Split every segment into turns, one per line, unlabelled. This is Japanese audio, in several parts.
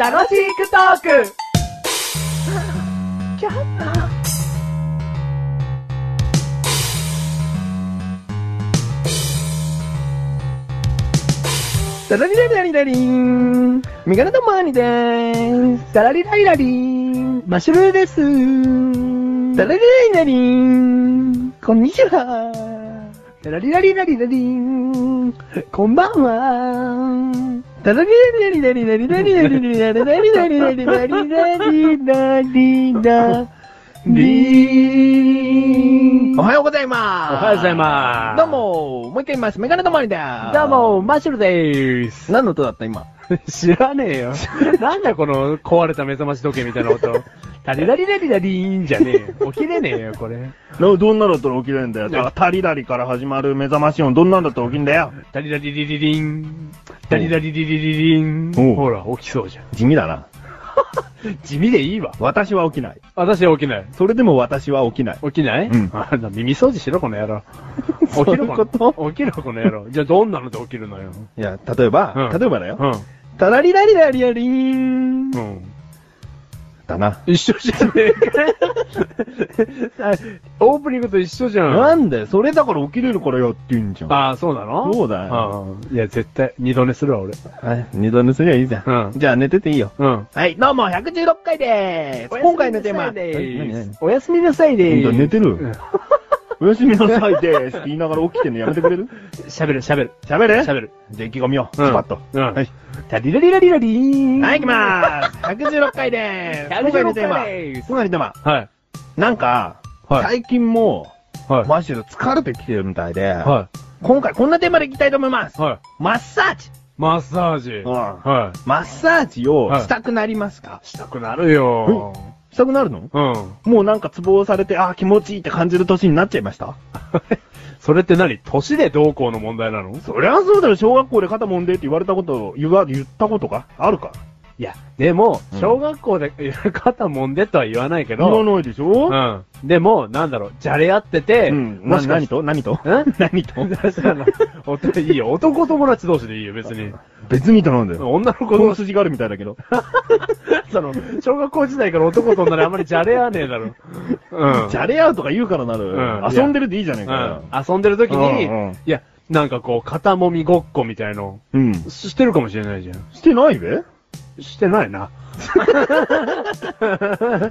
楽しくトーク
サラリラリラリラリーン。身柄のマーニでーす。サラリラリラリーン。マッシュルーです。サラリラリラリーン。こんにちは。サラリラリラリラリーン。こんばんは。サラリラリラリラリラリラリラリラリラリラリラリラリラリラリーン。おはようございます。
おはようございます。
どう。も、もう一回言います。メガネ止まりだ
どうも、マッシュルでーす。
何の音だった今。
知らねえよ。なんだこの壊れた目覚まし時計みたいな音。タリラリラリラリーンじゃねえよ。起きれねえよ、これ。
などんなだったら起きれるんだよ。だから、タリラリから始まる目覚まし音、どんなんだったら起きんだよ。
タリラリリリリン。タリラリリリリリン。
おう
ほら、起きそうじゃん。
地味だな。
地味でいいわ。
私は起きない。
私は起きない。
それでも私は起きない。
起きない
うん
あんた耳掃除しろ、この野郎。
そう
起き
い
ろ
うこと
の起きろ、この野郎。じゃあ、どんなので起きるのよ。
いや、例えば、
うん
例えばだ
う
よ。
ん。
タラリラリラリラリーン。
うん。
だな。
一緒じゃねえか。あオープニングと一緒じゃん。
なんだよ、それだから起きれるからやってんじゃん。
ああ、そうなの
そうだよ
うんいや、絶対、二度寝するわ、俺。
はい、二度寝すりゃいいじゃん。
うん
じゃあ寝てていいよ。
うん。
はい、どうも、116回でーす。今回のテーマ。
何何
おやすみなさいで
本
ー
当
す。
に寝て
うん
る。 おやすみなさいでーすって言いながら起きてんのやめてくれる
喋る、喋る。
喋れ
喋る。
じゃあ意気込みを、ス
うん
パッと。
うん
はい。
タリラリラリラリーン。
はい、行きまーす。116回でーす。今回のテーマ。
ー
今回のテーマ、
はい。
なんか、
はい。
最近も
は
う、マジで疲れてきてるみたいで、
い。は
今回こんなテーマでいきたいと思います
い。。はい。
マッサージ。
マッサージ。
うん
は
マッサージをしたくなりますか、
い。したくなるよ
したくなるの
ー。うん。
もうなんかツボをされて、あー気持ちいいって感じる年になっちゃいました
それって何年でどうこうの問題なの
そりゃそうだろ、小学校で肩揉んでって言われたこと、言わ、言ったことかあるか
いや、でも
う、ん
小学校で、いや肩揉んでとは言わないけ
言わ
ど、
ないでしょ
うん。でも、なんだろう、じゃれ合って
う
て、
ん。
もしか
何
し
と何と
て、ん
何と
あのおといいよ、男友達同士でいいよ、別に。
別に頼んだよ。
女の子
この
同士、
筋があるみたいだけ ど。
その、小学校時代から男と女であんまりじゃれ合わねえだろ。うん。
じゃれ合うとか言うからなる。
うん
遊んでるでいいじゃねえかよ。
うん。遊んでる時に、
うんうん
いや、なんかこう、肩揉みごっこみたいの、
うん。
してるかもしれないじゃん。
してない べ
してないな。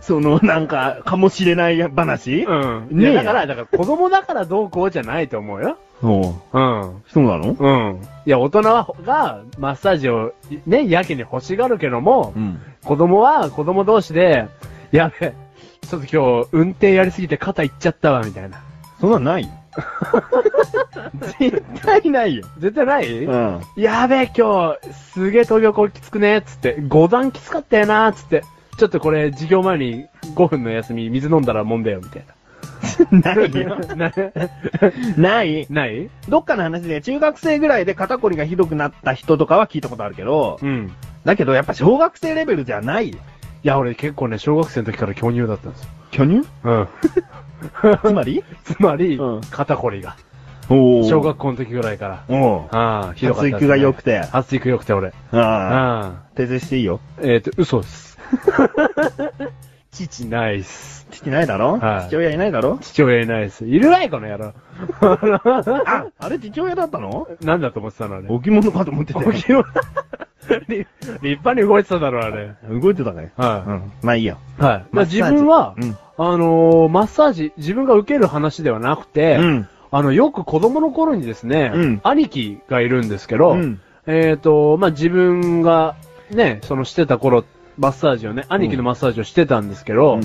その、なんか、かもしれない話
うん。い
ねえ
や、だから、だから子供だからどうこうじゃないと思うよ。
おう
うん。
そうなの
うん。いや、大人は、が、マッサージを、ね、やけに欲しがるけども、
ん。
子供は子供同士で、やべ、ちょっと今日運転やりすぎて肩いっちゃったわ、みたいな。
そんなんないよ。
絶
ないないよ。
絶対ない、
うん。
やべ、今日、すげえ東京これきつくね、つって。5段きつかったよな、つって。ちょっとこれ、授業前に5分の休み、水飲んだらもんだよ、みたい
ないよ。
な。な
ない。
ない
どっかの話で、中学生ぐらいで肩こりがひどくなった人とかは聞いたことあるけど、
うん。い
だけどやっぱ小学生レベルじゃないよ。
や、俺結構ね、小学生の時から巨乳だったんですよ。
巨 乳
うん。
つまり
つまり、
うん
肩こりが。
お
小学校の時ぐらいから。
おう。
ああ、ひどかった、
発育が良く。て。
発育良くて、俺。
ああ。
ああ。
訂正していいよ。
えっ、と、嘘 です。父ないっす。
父ないだろ
はい
父親いないだろ
父親いないっす。いるわい、この野郎。
あ、 あれ父親だったの
なんだと思ってたのあれ。
置物かと思ってたよ
起きろ。立派に 動いてただろ、あれ。
動いてたね。う
は
ん。まあいいや。
い。はい。ま
マ
あ
ッサージ
自分は、
うん
あのーマッサージ、自分が受ける話ではなくて、
うん
あの、よく子供の頃にですね、
うん
兄貴がいるんですけど、
うん
えっ、と、まあ自分がね、そのしてた頃、マッサージをね、兄貴のマッサージをしてたんですけど、
うん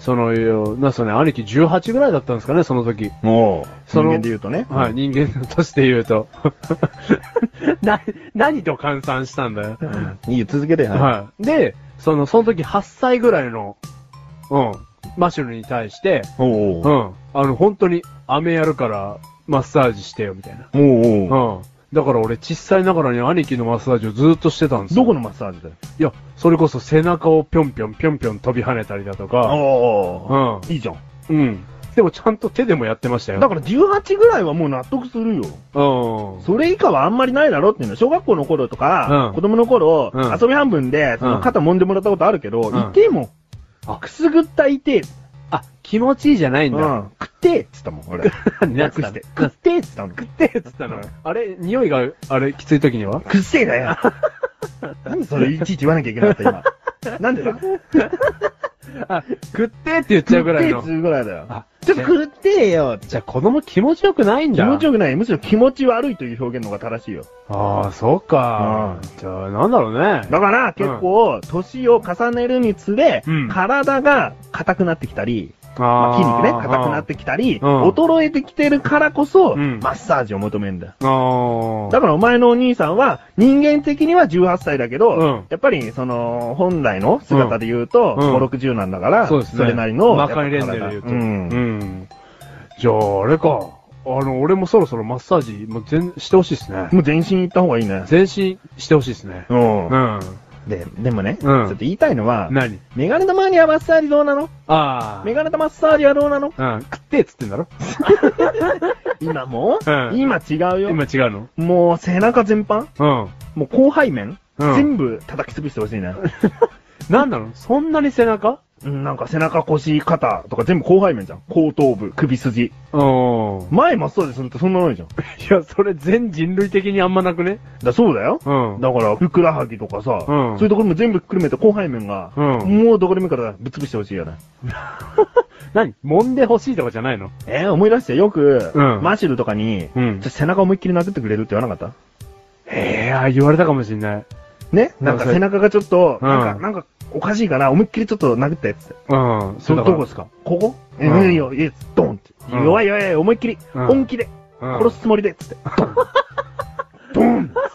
その、な、そのね、兄貴18ぐらいだったんですかね、その時。
おう。
そ
人
の
間で言うとね。
はい、人間として言う と。 な、何と換算したんだよ。
い。いいよ、続けて。い。
はい。で、その、その時8歳ぐらいの、うん、マシュルに対して、
おう
う
おう。
ん、あの、本当に、飴やるから、マッサージしてよ、みたいな。
おうおう。
うん。だから俺、小さいながらに兄貴のマッサージをずっとしてたんですよ。
どこのマッサージだよ。
いや、それこそ背中をぴょんぴょんぴょんぴょん飛び跳ねたりだとか、
お
う
う。いいじゃん。
ん。うん。でもちゃんと手でもやってましたよ。
だから18ぐらいはもう納得するよ。
うん。
それ以下はあんまりないだろっていうのは、小学校の頃とか、
うん
子供の頃、
うん
遊び半分で、その肩揉んでもらったことあるけど、
うん
痛えもん
あ。
くすぐった痛え。
あ、気持ちいいじゃないん
う
だ。
ん。食ってえっつったもん、 俺。
略
略
し
してて。。食ってえっつったの。
食ってっつったの。あれ、匂いが、あれ、きつい時には
くっせえだ よ。なんでそれいちいち言わなきゃいけなかった、今。なんでだ
あ、食ってって言っちゃうぐらいの
食ってえっ。つうぐらいだよ。
あ、
ちょっと食ってえよ。
じゃあ子供気持ちよくないん
気
だ。
持ち
よ
よくない。むしろ気持ち悪いという表現の方が正しいよ。
ああ、そうか。じゃあ、なんだろうね。
だから結構、年を重ねるにつれ、
うん
体が硬くなってきたり、まあ筋肉ね、硬くなってきたり、
うん
衰えてきてるからこそ、
うん
マッサージを求めるんだよ。
あー
だからお前のお兄さんは、人間的には18歳だけど、
うん
やっぱり、その、本来の姿で言うと、
うん
5、60なんだから、
そうですね
れなりの、
マカリレンジで言うと。
うん
うんじゃあ、あれか。あの、俺もそろそろマッサージ、もう全、してほしいですね。
もう全身行った方がいいね。
全身してほしいですね。
うん
うん。
で、でもね、
ん
ちょっと言いたいのは、
何
メガネ玉にはマッサージどうなの
あ
メガネ玉マッサージはどうなの
あ。うん。食ってっつってんだろ
今も、
うん
今違うよ。
今違うの
もう背中全般
うん。
もう広背面、
うん
全部叩き潰してほしいね。
なんなのそんなに背中
うんなんか背中、腰、肩とか全部広背面じゃん。後頭部、首筋。
うん。
前マッサージするってそんなないじゃん。だ
いや、それ全人類的にあんまなくね
そうだよ。
うん。
だから、ふくらはぎとかさ、
うん
そういうところも全部くるめて広背面が、
うん
もうどこでもいいからぶっ潰してほしいよね。
何揉んでほしいとかじゃないの
えー、思い出してよく、
うん
マシルとかに、
うん
ちょ背中思いっきり殴ってくれるって言わなかった
ええー、言われたかもしんない。
ねなんか背中がちょっと、
うん
なんか、なんか、おかしいから、思いっきりちょっと殴ってっつって。
うん。
それ
だ
ど
から
こですかここえ、
うん
いいよ、いいよ、ドンって。
うん
弱い弱い弱い、思いっきり、
うん
本気で、
うん
殺すつもりで、つって。ドンドン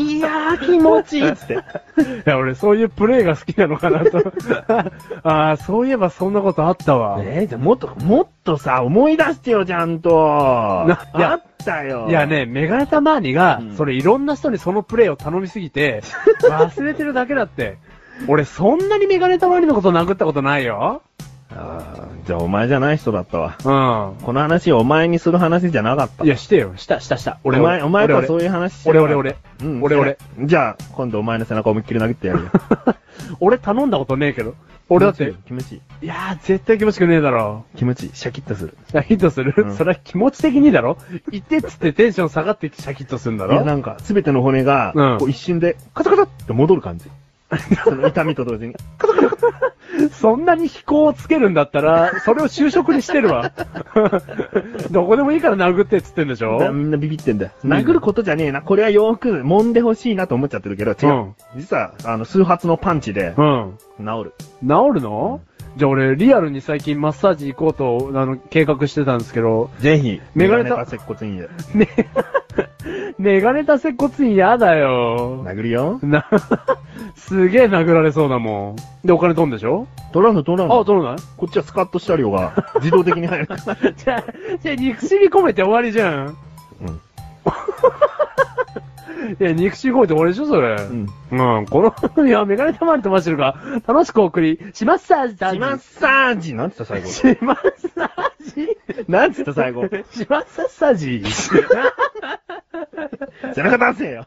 いやー、気持ちいいっつって。
いや、俺、そういうプレイが好きなのかな と。ああ、そういえばそんなことあったわ。
えー、じゃあもっと、もっとさ、思い出してよ、ちゃんと。
いや
あったよ。
いや。ね、メガネタマーニが、
うん
それいろんな人にそのプレイを頼みすぎ て、忘れてるだけだって。俺、そんなにメガネタマーニのこと殴ったことないよ。
あーじゃあお前じゃない人だったわ。
うん。
この話をお前にする話じゃなかった。
いや、してよ。 した、した、した。
お
俺、
前、お前とは
俺
そういう話して
俺、
な
俺、
かった
俺。
うん、
俺 俺
じゃあ、今度お前の背中思いっきり殴ってやるよ。
俺頼んだことねえけど。 俺だって、
気持ちいい。
いやー、絶対気持ちよくねえだろ。
気持ちいい。シャキッとする。
シャキッとする、
うん
それは気持ち的にだろ行ってっつってテンション下がってシャキッとするんだ
いや、
ろ
なんか、すべての骨が、
うん
こう一瞬で、カタカタって戻 る感じ。その痛みと同時に。
そんなに飛行をつけるんだったら、それを就職にしてるわ。 どこでもいいから殴ってっつってんでし
だから
ょ
みんなビビってんだよ。
うん
殴ることじゃねえな。これはよーく揉んでほしいなと思っちゃってるけど、違う。
うん
実は、あの、数発のパンチで、
うん。
治る。
治るの、じゃあ俺、リアルに最近マッサージ行こうと、あの、計画してたんですけど、
ぜひ、
メ
メ
ガ
ガ
ネ
ネ
た
タ接骨院で。
ね、 メガネタ接骨院やだよ。
殴るよ。
な、 すげえ殴られそうだもん。で、お金取んでしょ、
取らんの取らん
あ、
の。
取らない
こっちはスカッとした量が、自動的に入る。
じゃあ、じゃあ憎しみ込めて終わりじゃん。
うん。
いや、憎しみ込めて終わりでしょ、それ。う
うん。
ん。この番組はメガネたまりとマシルが楽しくお送り、しまっさーじだ
しマッサージなんつった最後。
しまっさーじ
なんつった最後。
しまっさーじ
背中出せよ。